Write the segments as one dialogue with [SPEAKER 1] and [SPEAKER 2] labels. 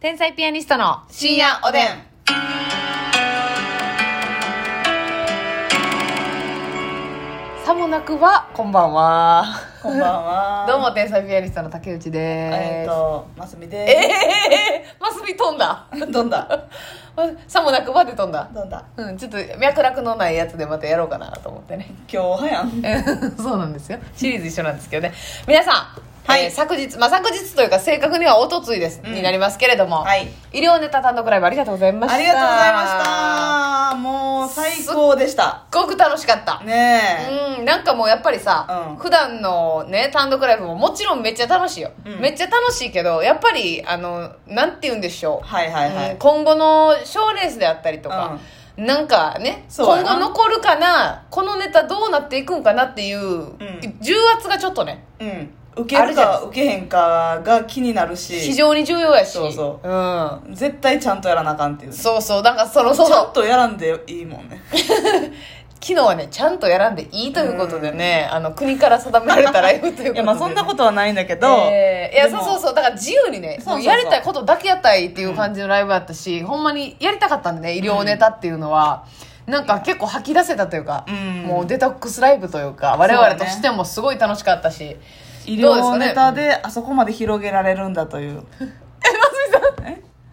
[SPEAKER 1] 天才ピアニストの
[SPEAKER 2] 深夜おでん。
[SPEAKER 1] さもなくばこんばんは
[SPEAKER 2] こんばんは。
[SPEAKER 1] どう。も天才ピアニストの竹内です
[SPEAKER 2] えっと、ますみ
[SPEAKER 1] え
[SPEAKER 2] で
[SPEAKER 1] ー、 マスミ飛んだ
[SPEAKER 2] す。どんだ。
[SPEAKER 1] さもなくばで飛んだ
[SPEAKER 2] どんだ。
[SPEAKER 1] うんちょっと脈絡のないやつでまたやろうかなと思ってね
[SPEAKER 2] 今日はやん。
[SPEAKER 1] そうなんですよシリーズ一緒なんですけどね皆さん、
[SPEAKER 2] はい
[SPEAKER 1] えー昨日、まあ、昨日というか正確にはおとついです、
[SPEAKER 2] うん
[SPEAKER 1] になりますけれども、
[SPEAKER 2] はい
[SPEAKER 1] 医療ネタ単独ライブありがとうございました
[SPEAKER 2] ありがとうございました。もう最高でした。
[SPEAKER 1] すっごく楽しかった、
[SPEAKER 2] ね
[SPEAKER 1] うん、なんかもうやっぱりさ、
[SPEAKER 2] うん
[SPEAKER 1] 普段のね単独ライブももちろんめっちゃ楽しいよ、
[SPEAKER 2] うん
[SPEAKER 1] めっちゃ楽しいけどやっぱりあのなんて言うんでしょう、
[SPEAKER 2] え。はいはいは
[SPEAKER 1] うん
[SPEAKER 2] い。
[SPEAKER 1] 今後の賞ーレースであったりとか、なんかね
[SPEAKER 2] そう
[SPEAKER 1] 今
[SPEAKER 2] や
[SPEAKER 1] 後
[SPEAKER 2] な
[SPEAKER 1] 残るかなこのネタどうなっていくんかなっていう、重圧がちょっとね
[SPEAKER 2] うん。受け
[SPEAKER 1] ある
[SPEAKER 2] る
[SPEAKER 1] じゃ
[SPEAKER 2] か
[SPEAKER 1] ん
[SPEAKER 2] 受けへんかが気になるし。
[SPEAKER 1] 非常に重要やし、
[SPEAKER 2] そうそう
[SPEAKER 1] ん、
[SPEAKER 2] 絶対ちゃんとやらなあかんっていう。ち
[SPEAKER 1] そうそうなんかそろそ
[SPEAKER 2] ゃん
[SPEAKER 1] ろ
[SPEAKER 2] とやらんでいいもんね。
[SPEAKER 1] 昨日はねちゃんとやらんでいいということでね、あの国から定められたライブということで、
[SPEAKER 2] いや、まあそんなことはないんだけど。
[SPEAKER 1] えーいや
[SPEAKER 2] で
[SPEAKER 1] そ
[SPEAKER 2] も
[SPEAKER 1] うそうそうだから自由にね
[SPEAKER 2] そうそうそう
[SPEAKER 1] もうやりたいことだけやったいっていう感じのライブだったし、ほんまにやりたかったんでね医療ネタっていうのは、なんか結構吐き出せたというか、
[SPEAKER 2] うん
[SPEAKER 1] もうデトックスライブというか我々としてもすごい楽しかったし、
[SPEAKER 2] 医
[SPEAKER 1] どうですか
[SPEAKER 2] 療
[SPEAKER 1] ね
[SPEAKER 2] ネタであそこまで広げられるんだと いう。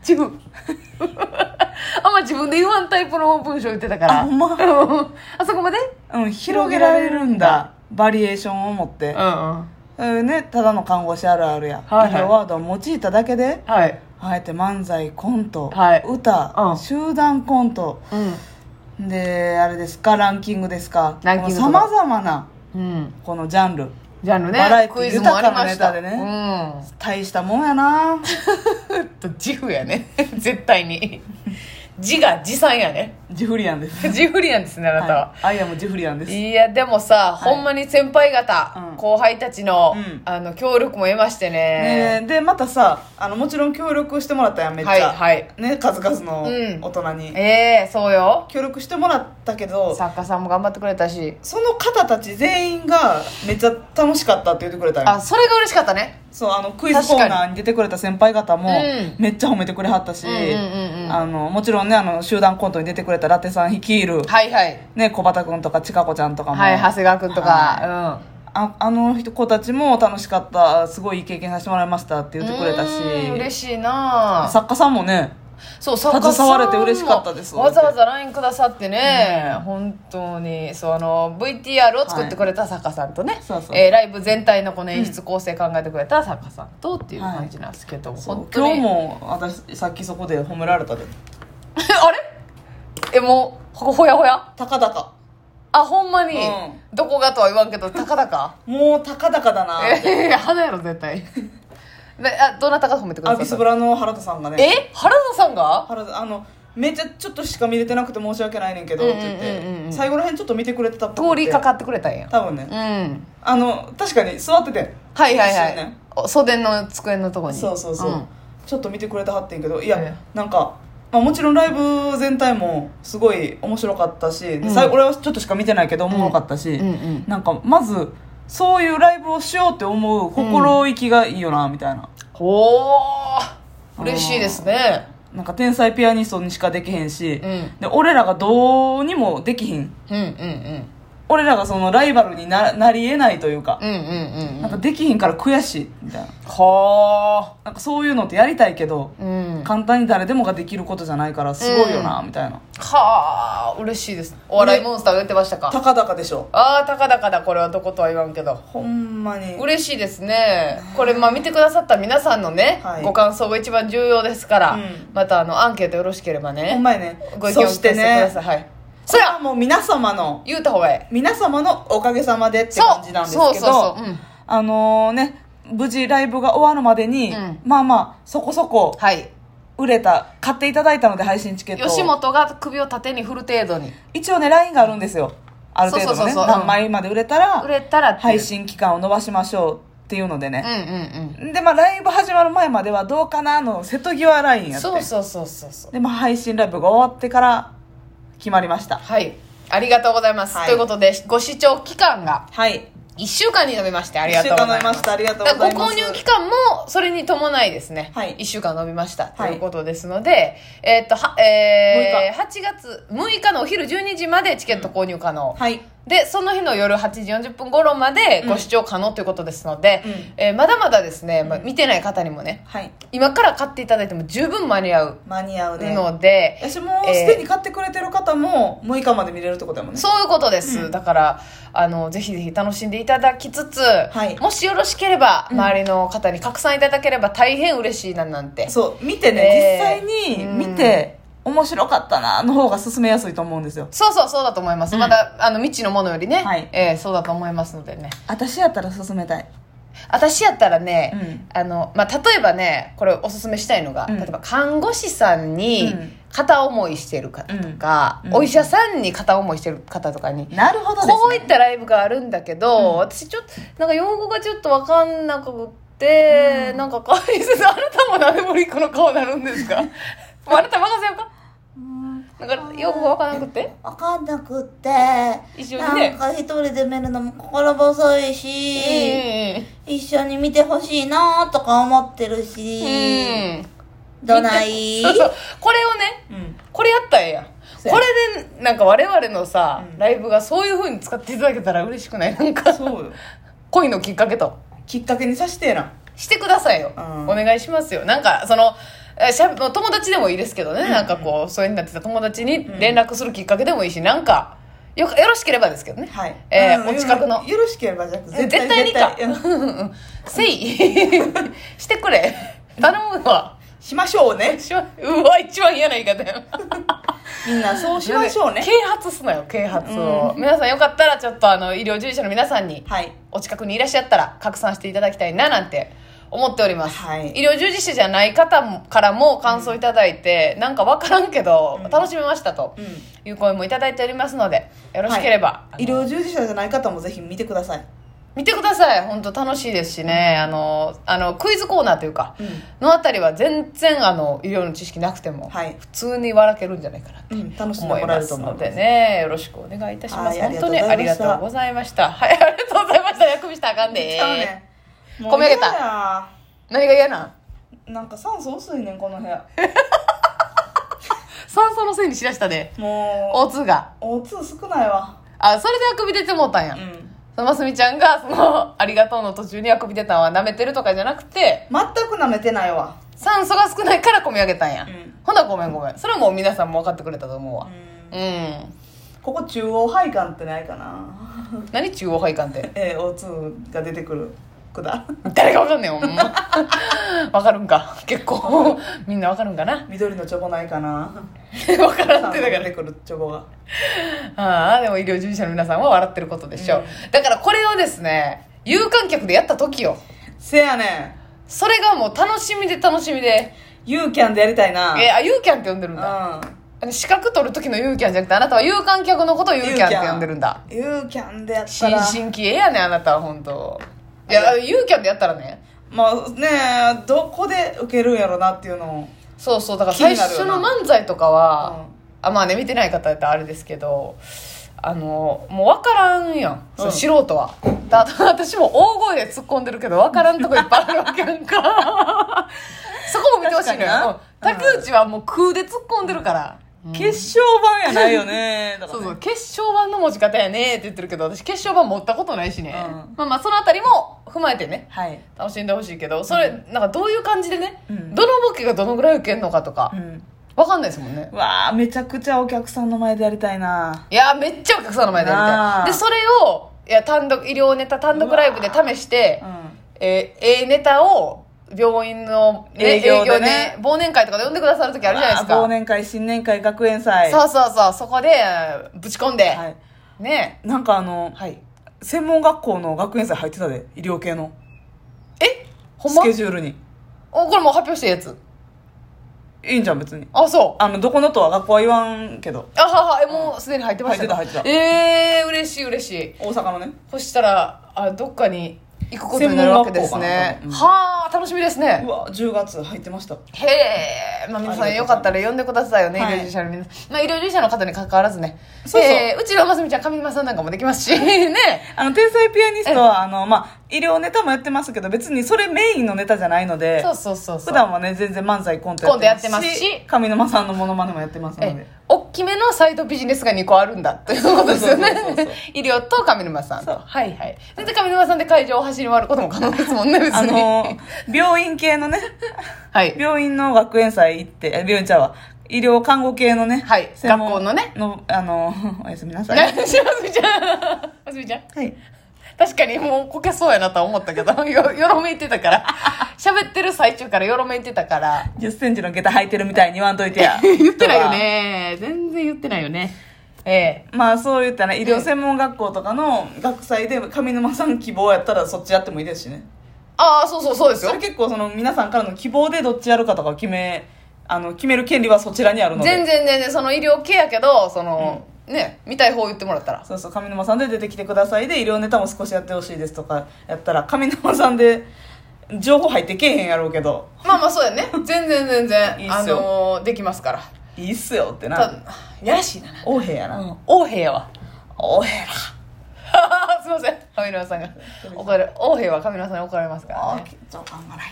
[SPEAKER 1] 自分 あんま自分で言わんタイプの文章言ってたから
[SPEAKER 2] あほんま
[SPEAKER 1] あそこまで
[SPEAKER 2] うん、広げられるんだ。バリエーションを持って。
[SPEAKER 1] んうん
[SPEAKER 2] うんね、ただの看護師あるあるや、
[SPEAKER 1] はいはい
[SPEAKER 2] 医療ワードを用いただけで
[SPEAKER 1] はい、
[SPEAKER 2] あえて漫才コント、
[SPEAKER 1] はい
[SPEAKER 2] 歌、
[SPEAKER 1] うん
[SPEAKER 2] 集団コント
[SPEAKER 1] うん
[SPEAKER 2] であれですかランキングですか
[SPEAKER 1] ランキングと
[SPEAKER 2] さ
[SPEAKER 1] か
[SPEAKER 2] まざまな
[SPEAKER 1] うん、
[SPEAKER 2] このジャンル
[SPEAKER 1] ジャンルね
[SPEAKER 2] バラエティ
[SPEAKER 1] クイズもありました
[SPEAKER 2] 豊かなネ
[SPEAKER 1] うん
[SPEAKER 2] 大したもんやな
[SPEAKER 1] と自負やね 絶対に自が自賛や ね
[SPEAKER 2] ジフリアンです
[SPEAKER 1] 自負リアンですねあなたは、
[SPEAKER 2] はいアイアムジフリアンです
[SPEAKER 1] い、やでもさ、
[SPEAKER 2] はい
[SPEAKER 1] ほんまに先輩方、
[SPEAKER 2] うん
[SPEAKER 1] 後輩たちの,、
[SPEAKER 2] うん
[SPEAKER 1] あの協力も得ましてね
[SPEAKER 2] ね、でまたさあのもちろん協力してもらったやんめっちゃ、
[SPEAKER 1] はいはい
[SPEAKER 2] ね、数々の
[SPEAKER 1] うん
[SPEAKER 2] 大人に、
[SPEAKER 1] ええそうよ
[SPEAKER 2] 協力してもらったけど
[SPEAKER 1] 作家さんも頑張ってくれたし
[SPEAKER 2] その方たち全員がめっちゃ楽しかったって言ってくれたよ
[SPEAKER 1] あそれが嬉しかったね
[SPEAKER 2] そうあのクイズコーナーに出てくれた先輩方も
[SPEAKER 1] うん
[SPEAKER 2] めっちゃ褒めてくれはったし、
[SPEAKER 1] うんうんうんうん
[SPEAKER 2] あのもちろんねあの集団コントに出てくれたラテさん率いる、
[SPEAKER 1] はいはい
[SPEAKER 2] ね、小畑君とかちかこちゃんとかも、
[SPEAKER 1] はい長谷川君とか、
[SPEAKER 2] ああの人子たちも楽しかったすごいいい経験させてもらいましたって
[SPEAKER 1] うん
[SPEAKER 2] 言ってくれたし
[SPEAKER 1] うん嬉しいなあ
[SPEAKER 2] 作家さんもね
[SPEAKER 1] そう作家さんも
[SPEAKER 2] 携われて嬉しかったです
[SPEAKER 1] わざわざ LINE くださってね、本当にそうあの VTR を作ってくれた作家さんとね、
[SPEAKER 2] そうそう
[SPEAKER 1] えーライブ全体のこの演出構成考えてくれた作家さんとっていう
[SPEAKER 2] はい
[SPEAKER 1] 感じなんですけど、
[SPEAKER 2] そう
[SPEAKER 1] 本当
[SPEAKER 2] 今
[SPEAKER 1] に
[SPEAKER 2] 日も私さっきそこで褒められたで
[SPEAKER 1] あれえもうほほやほや
[SPEAKER 2] たかだか
[SPEAKER 1] あほんまに、
[SPEAKER 2] うん
[SPEAKER 1] どこがとは言わんけど高々
[SPEAKER 2] もうたかだかだな
[SPEAKER 1] えー、花やろ絶対 であどなたか褒めてくだ
[SPEAKER 2] ア
[SPEAKER 1] さ
[SPEAKER 2] ビ
[SPEAKER 1] っ
[SPEAKER 2] ス
[SPEAKER 1] た
[SPEAKER 2] ブラの原田さんがね
[SPEAKER 1] え原田さんが
[SPEAKER 2] 原田あのめっちゃちょっとしか見れてなくて申し訳ないねんけど
[SPEAKER 1] うん
[SPEAKER 2] っ
[SPEAKER 1] うんうんうん
[SPEAKER 2] て言って最後らへんちょっと見てくれてたっぽ
[SPEAKER 1] 通
[SPEAKER 2] くて
[SPEAKER 1] りかかってくれたんや
[SPEAKER 2] 多分ね
[SPEAKER 1] うん
[SPEAKER 2] あの確かに座ってて
[SPEAKER 1] はいはいは
[SPEAKER 2] 一緒に
[SPEAKER 1] い
[SPEAKER 2] ね。
[SPEAKER 1] お袖の机のとこに。
[SPEAKER 2] そうそうそう、
[SPEAKER 1] ん
[SPEAKER 2] ちょっと見てくれてはってんけどい
[SPEAKER 1] え
[SPEAKER 2] やなんか、まあ、もちろんライブ全体もすごい面白かったし、で最後俺はちょっとしか見てないけどおもろかったし、
[SPEAKER 1] うんうん
[SPEAKER 2] なんかまずそういうライブをしようって思う心意気がいいよなみたいな、
[SPEAKER 1] おー嬉しいですね。
[SPEAKER 2] なんか天才ピアニストにしかできへんし、
[SPEAKER 1] うん
[SPEAKER 2] で俺らがどうにもできひん
[SPEAKER 1] うんうんうん。
[SPEAKER 2] 俺らがそのライバルにななりえないというか
[SPEAKER 1] う、んうんうんう
[SPEAKER 2] な
[SPEAKER 1] ん。
[SPEAKER 2] んかできひんから悔しいみたいな
[SPEAKER 1] は
[SPEAKER 2] なんかそういうのってやりたいけど、
[SPEAKER 1] ー。うん。
[SPEAKER 2] 簡単に誰でもができることじゃないからすごいよな、みたいな
[SPEAKER 1] はー。嬉しいです。お笑いモンスターが言ってましたか。
[SPEAKER 2] たかだかでしょ
[SPEAKER 1] あー、高々だ、これはどことは言わんけど。
[SPEAKER 2] ほんまに
[SPEAKER 1] 嬉しいですねこれまあ見てくださった皆さんのね、
[SPEAKER 2] はい
[SPEAKER 1] ご感想が一番重要ですから、
[SPEAKER 2] うん
[SPEAKER 1] またあのアンケートよろしければね
[SPEAKER 2] ほんまやね
[SPEAKER 1] ご意見を
[SPEAKER 2] そ
[SPEAKER 1] 聞かせ
[SPEAKER 2] してて
[SPEAKER 1] くだ
[SPEAKER 2] ね
[SPEAKER 1] さい、はい
[SPEAKER 2] それはもう皆様の
[SPEAKER 1] 言うた方がいい
[SPEAKER 2] 皆様のおかげさまでって
[SPEAKER 1] そう
[SPEAKER 2] 感じなんですけど
[SPEAKER 1] そうそうそう、うん、
[SPEAKER 2] あのね無事ライブが終わるまでに、
[SPEAKER 1] うん
[SPEAKER 2] まあまあそこそこ
[SPEAKER 1] はい
[SPEAKER 2] 売れた買っていただいたので配信チケットを
[SPEAKER 1] 吉本が首を縦に振る程度に
[SPEAKER 2] 一応ね LINE があるんですよある程度のね
[SPEAKER 1] そうそうそうそう
[SPEAKER 2] 何枚まで売れた
[SPEAKER 1] 売
[SPEAKER 2] ら
[SPEAKER 1] れたらっていう
[SPEAKER 2] 配信期間を延ばしましょうっていうので
[SPEAKER 1] うん
[SPEAKER 2] ね、
[SPEAKER 1] うん
[SPEAKER 2] でまあライブ始まる前まではどうかなの瀬戸際ライン
[SPEAKER 1] うん
[SPEAKER 2] やって
[SPEAKER 1] そうそうそうそうそう
[SPEAKER 2] で、まあ、配信ライブが終わってから決まりました
[SPEAKER 1] はいありがとうございます、
[SPEAKER 2] はい
[SPEAKER 1] ということでご視聴期間が
[SPEAKER 2] はい
[SPEAKER 1] 1週間に延びましてありがとうございます
[SPEAKER 2] 一週間延びましたありがとうございます
[SPEAKER 1] だからご購入期間もそれに伴いですね、
[SPEAKER 2] はい
[SPEAKER 1] 1週間延びましたと
[SPEAKER 2] はい
[SPEAKER 1] いうことですので、えーっとはえー、8月6日のお昼12時までチケット購入可能、
[SPEAKER 2] はい
[SPEAKER 1] でその日の夜8時40分頃までご視聴可能ということですので、
[SPEAKER 2] うん
[SPEAKER 1] えーまだまだですね、まあ、見てない方にもね
[SPEAKER 2] はい
[SPEAKER 1] 今から買っていただいても十分間に合う
[SPEAKER 2] 間に合うね
[SPEAKER 1] ので、
[SPEAKER 2] 私もうすでに買ってくれてる方も6日まで見れるってことだもんね
[SPEAKER 1] そういうことです、だからあのぜひぜひ楽しんでいただきつつ、
[SPEAKER 2] い
[SPEAKER 1] もしよろしければ、周りの方に拡散いただければ大変嬉しいななんて
[SPEAKER 2] そう見て
[SPEAKER 1] えー
[SPEAKER 2] ね実際に見て面白かったなの方が進めやすいと思うんですよ
[SPEAKER 1] そうそうそうだと思います、
[SPEAKER 2] うん
[SPEAKER 1] まだあの未知のものよりね、
[SPEAKER 2] はい
[SPEAKER 1] えーそうだと思いますのでね
[SPEAKER 2] 私やったら進めたい
[SPEAKER 1] 私やったらね、
[SPEAKER 2] うん
[SPEAKER 1] あのまあ、例えばねこれおすすめしたいのが、
[SPEAKER 2] うん
[SPEAKER 1] 例えば看護師さんに
[SPEAKER 2] うん
[SPEAKER 1] 片思いしてる方とか、
[SPEAKER 2] うん
[SPEAKER 1] お医者さんに片思いしてる方とかに、
[SPEAKER 2] なるほどですね
[SPEAKER 1] こういったライブがあるんだけど、
[SPEAKER 2] うん
[SPEAKER 1] 私ちょっとなんか用語がちょっと分かんなくって、
[SPEAKER 2] うん
[SPEAKER 1] なんか川西さんあなたもなんでもリこの顔になるん ですかもうあなた任せようか
[SPEAKER 3] うん
[SPEAKER 1] なんか用語が分からなくて
[SPEAKER 3] わかんなくって、
[SPEAKER 1] 一緒に
[SPEAKER 3] なん
[SPEAKER 1] ね
[SPEAKER 3] か一人で見るのも心細いし、一緒に見てほしいなとか思ってる
[SPEAKER 1] うん、
[SPEAKER 3] し、
[SPEAKER 1] うん
[SPEAKER 3] どない
[SPEAKER 1] そうそうこれをね
[SPEAKER 2] うん
[SPEAKER 1] これやったらええやん
[SPEAKER 2] そうや
[SPEAKER 1] これでなんか我々のさ、
[SPEAKER 2] うん
[SPEAKER 1] ライブがそういうふうに使っていただけたら嬉しくないなんか
[SPEAKER 2] そうよ
[SPEAKER 1] 恋のきっかけと
[SPEAKER 2] きっかけにさしてえな
[SPEAKER 1] してくださいよ、
[SPEAKER 2] うん
[SPEAKER 1] お願いしますよなんかそのえしゃもう友達でもいいですけどね、なんかこうそういうになってた友達に連絡するきっかけでもいいし、なんかよよろしければですけどね
[SPEAKER 2] はい
[SPEAKER 1] えー
[SPEAKER 2] うん
[SPEAKER 1] お近くの
[SPEAKER 2] よろしければじゃなく
[SPEAKER 1] 絶対にか
[SPEAKER 2] うん
[SPEAKER 1] うんうんうん せいしてくれ頼むわ
[SPEAKER 2] しましょうね
[SPEAKER 1] しまうわ一番嫌な言い方や
[SPEAKER 2] みんなそうしま しょうね
[SPEAKER 1] 啓発すなよ啓発を、皆さんよかったらちょっとあの医療従事者の皆さんに
[SPEAKER 2] はい
[SPEAKER 1] お近くにいらっしゃったら拡散していただきたいななんて思っております、
[SPEAKER 2] はい
[SPEAKER 1] 医療従事者じゃない方もからも感想いただいて、なんか分からんけど、楽しめましたと
[SPEAKER 2] うん
[SPEAKER 1] いう声もいただいておりますのでよろしければ、
[SPEAKER 2] 医療従事者じゃない方もぜひ見てください
[SPEAKER 1] 見てください本当楽しいですしね、あのあのクイズコーナーというか、
[SPEAKER 2] う
[SPEAKER 1] のあたりは全然あの医療の知識なくても、
[SPEAKER 2] はい
[SPEAKER 1] 普通に笑けるんじゃないかなって
[SPEAKER 2] うん楽しんで
[SPEAKER 1] 思い
[SPEAKER 2] もらえ
[SPEAKER 1] ま
[SPEAKER 2] ると
[SPEAKER 1] す
[SPEAKER 2] 思う
[SPEAKER 1] のでねよろしくお願いいたしま
[SPEAKER 2] は
[SPEAKER 1] す
[SPEAKER 2] い
[SPEAKER 1] 本当にあ
[SPEAKER 2] あ
[SPEAKER 1] り
[SPEAKER 2] り
[SPEAKER 1] が
[SPEAKER 2] が
[SPEAKER 1] と
[SPEAKER 2] と
[SPEAKER 1] う
[SPEAKER 2] う
[SPEAKER 1] ご
[SPEAKER 2] ご
[SPEAKER 1] ざいましたはいありがとうございました薬味したらあかんで
[SPEAKER 2] ちゃうねもう
[SPEAKER 1] こみ上げた
[SPEAKER 2] 嫌や
[SPEAKER 1] 何が嫌なん
[SPEAKER 2] なんか酸素薄いねんこの 部屋
[SPEAKER 1] 酸素のせいにしだしたで
[SPEAKER 2] も
[SPEAKER 1] O2 が
[SPEAKER 2] う O2 少ないわ
[SPEAKER 1] あそれであくび出てもうたんや、
[SPEAKER 2] うん
[SPEAKER 1] そのますみちゃんがその「ありがとう」の途中にあくび出たんは舐めてるとかじゃなくて
[SPEAKER 2] 全く舐めてないわ
[SPEAKER 1] 酸素が少ないからこみ上げたんや、
[SPEAKER 2] ん
[SPEAKER 1] ほなごめんごめんそれはもう皆さんも分かってくれたと思うわうん、
[SPEAKER 2] ここ中央配管ってないかな
[SPEAKER 1] 何中央配管って
[SPEAKER 2] えー O2 が出てくるくだ
[SPEAKER 1] 誰が分かんねんほんま 分かるんか結構 みんな分かるんかな
[SPEAKER 2] 緑のチョコないかな
[SPEAKER 1] 分からんってだか
[SPEAKER 2] 酸素が
[SPEAKER 1] ら
[SPEAKER 2] 出てくるチョコが
[SPEAKER 1] ああでも医療従事者の皆さんは笑ってることでしょう、だからこれをですね有観客でやった時よ
[SPEAKER 2] せやね
[SPEAKER 1] それがもう楽しみで楽しみで
[SPEAKER 2] ん You can でやりたいな
[SPEAKER 1] えーあユーキャンって呼んでるんだ
[SPEAKER 2] う
[SPEAKER 1] あの資格取る時のユーキャンじゃなくてあなたは有観客のことをユーキャンって呼んでるんだ
[SPEAKER 2] ん You can でやった
[SPEAKER 1] 新
[SPEAKER 2] ら
[SPEAKER 1] 進気鋭やねあなたは本当いやユーキャンでやったらね
[SPEAKER 2] まあねどこで受けるんやろなっていうのを
[SPEAKER 1] そうそうだから
[SPEAKER 2] 気に
[SPEAKER 1] 最
[SPEAKER 2] なるよ
[SPEAKER 1] 初の
[SPEAKER 2] な
[SPEAKER 1] 漫才とかは、
[SPEAKER 2] うん
[SPEAKER 1] あまあね見てない方だったらあれですけどあのもう分からんやん、そう
[SPEAKER 2] うん
[SPEAKER 1] 素人はだ私も大声で突っ込んでるけど分からんとこいっぱいあるわけやん かそこも見てほしいの
[SPEAKER 2] 確かにな
[SPEAKER 1] ようん竹内はもう空で突っ込んでるから、
[SPEAKER 2] 決勝版やないよね だか
[SPEAKER 1] そう
[SPEAKER 2] らね
[SPEAKER 1] そう決勝版の持ち方やねって言ってるけど私決勝版持ったことないしね、
[SPEAKER 2] うん
[SPEAKER 1] まあまあそのあたりも踏まえてね
[SPEAKER 2] はい
[SPEAKER 1] 楽しんでほしいけどそれ、なんかどういう感じでね、
[SPEAKER 2] うん
[SPEAKER 1] どのボケがどのぐらい受けるのかとか、
[SPEAKER 2] うん
[SPEAKER 1] わかんないですもんね
[SPEAKER 2] うわあめちゃくちゃお客さんの前でやりたいない
[SPEAKER 1] やーめっちゃお客さんの前でやり
[SPEAKER 2] な
[SPEAKER 1] た
[SPEAKER 2] あ
[SPEAKER 1] いでそれをいや単独医療ネタ単独ライブで試して
[SPEAKER 2] う
[SPEAKER 1] えーええネタを病院の、ね、営
[SPEAKER 2] 営業
[SPEAKER 1] 業
[SPEAKER 2] で
[SPEAKER 1] で、
[SPEAKER 2] ね
[SPEAKER 1] 忘年会とかで呼んでくださる時あるじゃないですか、
[SPEAKER 2] 忘年会新年会学園祭
[SPEAKER 1] そうそうそうそこでえーぶち込んで、
[SPEAKER 2] はい
[SPEAKER 1] ね
[SPEAKER 2] なんかあの
[SPEAKER 1] はい
[SPEAKER 2] 専門学校の学園祭入ってたで医療系の
[SPEAKER 1] えほん
[SPEAKER 2] ス
[SPEAKER 1] ま
[SPEAKER 2] ケジュールに
[SPEAKER 1] おこれもう発表していいやつ
[SPEAKER 2] いいんじゃん別に
[SPEAKER 1] あそう
[SPEAKER 2] あのどこのとは学校は言わんけど
[SPEAKER 1] あははえもうすでに入ってました
[SPEAKER 2] 入ってた入ってた
[SPEAKER 1] ええー、嬉しい嬉しい
[SPEAKER 2] 大阪のね
[SPEAKER 1] そしたらあどっかに行くことになるわけですね、
[SPEAKER 2] 専門学校かな多分
[SPEAKER 1] はあ楽しみですね
[SPEAKER 2] うわ10月入ってました
[SPEAKER 1] へまあ、皆さんよかったら呼んでくださいよね、
[SPEAKER 2] はい
[SPEAKER 1] 医療従事者の皆さん、まあ、医療従事者の方に関わらずね
[SPEAKER 2] そうそう
[SPEAKER 1] えーうちのますみちゃん上沼さんなんかもできます しね
[SPEAKER 2] あの、天才ピアニストは、あの、まあ、医療ネタもやってますけど、別にそれメインのネタじゃないので、
[SPEAKER 1] そうそうそうそ
[SPEAKER 2] 普
[SPEAKER 1] う
[SPEAKER 2] 段はね、全然漫才コント
[SPEAKER 1] コントやってますし
[SPEAKER 2] 上沼さんのモノマネもやってますの
[SPEAKER 1] え
[SPEAKER 2] で。
[SPEAKER 1] 大きめのサイトビジネスが2個あるんだということですよね
[SPEAKER 2] そうそうそうそう
[SPEAKER 1] 医療と上沼さんと
[SPEAKER 2] そう
[SPEAKER 1] はいはい全然上沼さんで会場を走り回ることも可能ですもんね別に
[SPEAKER 2] あの、病院系の ね、
[SPEAKER 1] はい
[SPEAKER 2] 病院の学園祭行って、え病院ちゃうわ。医療看護系のね、
[SPEAKER 1] はい
[SPEAKER 2] 専門
[SPEAKER 1] 学校のね
[SPEAKER 2] の、あの、 おやすみなさい。
[SPEAKER 1] ねしますみちゃんますみちゃん
[SPEAKER 2] はい。
[SPEAKER 1] 確かにもうこけそうやなとは思ったけど よよろめいてたから 喋ってる最中からよろめいてたから
[SPEAKER 2] 10センチの下駄履いてるみたいに言わんといて や。
[SPEAKER 1] 言ってないよね全然言ってないよねえ
[SPEAKER 2] 人は。まあそう言ったら、医療専門学校とかの学祭で上沼さん希望やったらそっちやってもいいですしね。
[SPEAKER 1] えああそうそうそうです
[SPEAKER 2] そ
[SPEAKER 1] よ
[SPEAKER 2] れ結構その皆さんからの希望でどっちやるかとかを決め、あの、決める権利はそちらにあるので。
[SPEAKER 1] 全然全然その医療系やけどその、ね見たい方言ってもらったら
[SPEAKER 2] そうそう、上沼さんで出てきてくださいで、医療ネタも少しやってほしいですとかやったら、上沼さんで情報入ってけえへんやろうけど、
[SPEAKER 1] まあまあそうやね全然全然
[SPEAKER 2] いいっ
[SPEAKER 1] あ
[SPEAKER 2] すよ
[SPEAKER 1] のーできますから
[SPEAKER 2] いいっすよって
[SPEAKER 1] た
[SPEAKER 2] な。
[SPEAKER 1] やらしいな
[SPEAKER 2] 王兵やな。
[SPEAKER 1] 王兵やわ
[SPEAKER 2] 王兵や
[SPEAKER 1] すいません上村さんが怒られ王兵は上村さんに怒られますから、
[SPEAKER 2] な。
[SPEAKER 1] ね、
[SPEAKER 2] 情感がない。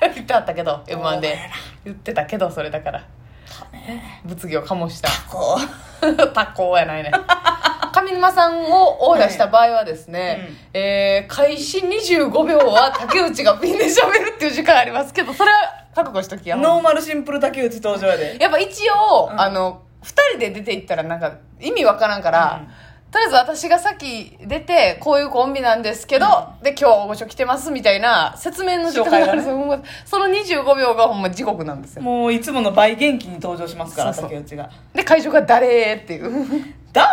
[SPEAKER 1] 言ってあったけど m 1で言ってたけどそれだから物議を醸した
[SPEAKER 2] こう。
[SPEAKER 1] タコやないね上沼さんをオーダーした場合はですね、えー開始25秒は竹内がピンで喋るっていう時間ありますけどそれは覚悟しときや
[SPEAKER 2] ノーマルシンプル竹内登場やで。
[SPEAKER 1] やっぱ一応、あの、二人で出ていったらなんか意味わからんから、とりあえず私がさっき出て、こういうコンビなんですけど、で、今日はご所来てますみたいな説明の時間
[SPEAKER 2] 紹介
[SPEAKER 1] があ
[SPEAKER 2] が
[SPEAKER 1] る
[SPEAKER 2] ね
[SPEAKER 1] ほんまその25秒がほんま地獄なんですよ。
[SPEAKER 2] もういつもの倍元気に登場しますから、
[SPEAKER 1] そうそう
[SPEAKER 2] 竹内が。
[SPEAKER 1] で、会場が誰っていう。
[SPEAKER 2] だわ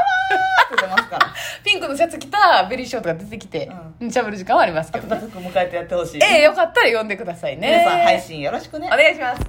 [SPEAKER 2] ーって出ますから。
[SPEAKER 1] ピンクのシャツ着たベリーショートが出てきて、喋る時間はありますけどね。
[SPEAKER 2] 温かく迎えてやってほしい。
[SPEAKER 1] ええよかったら呼んでくださいね。
[SPEAKER 2] 皆さん配信よろしくね。
[SPEAKER 1] お願いします。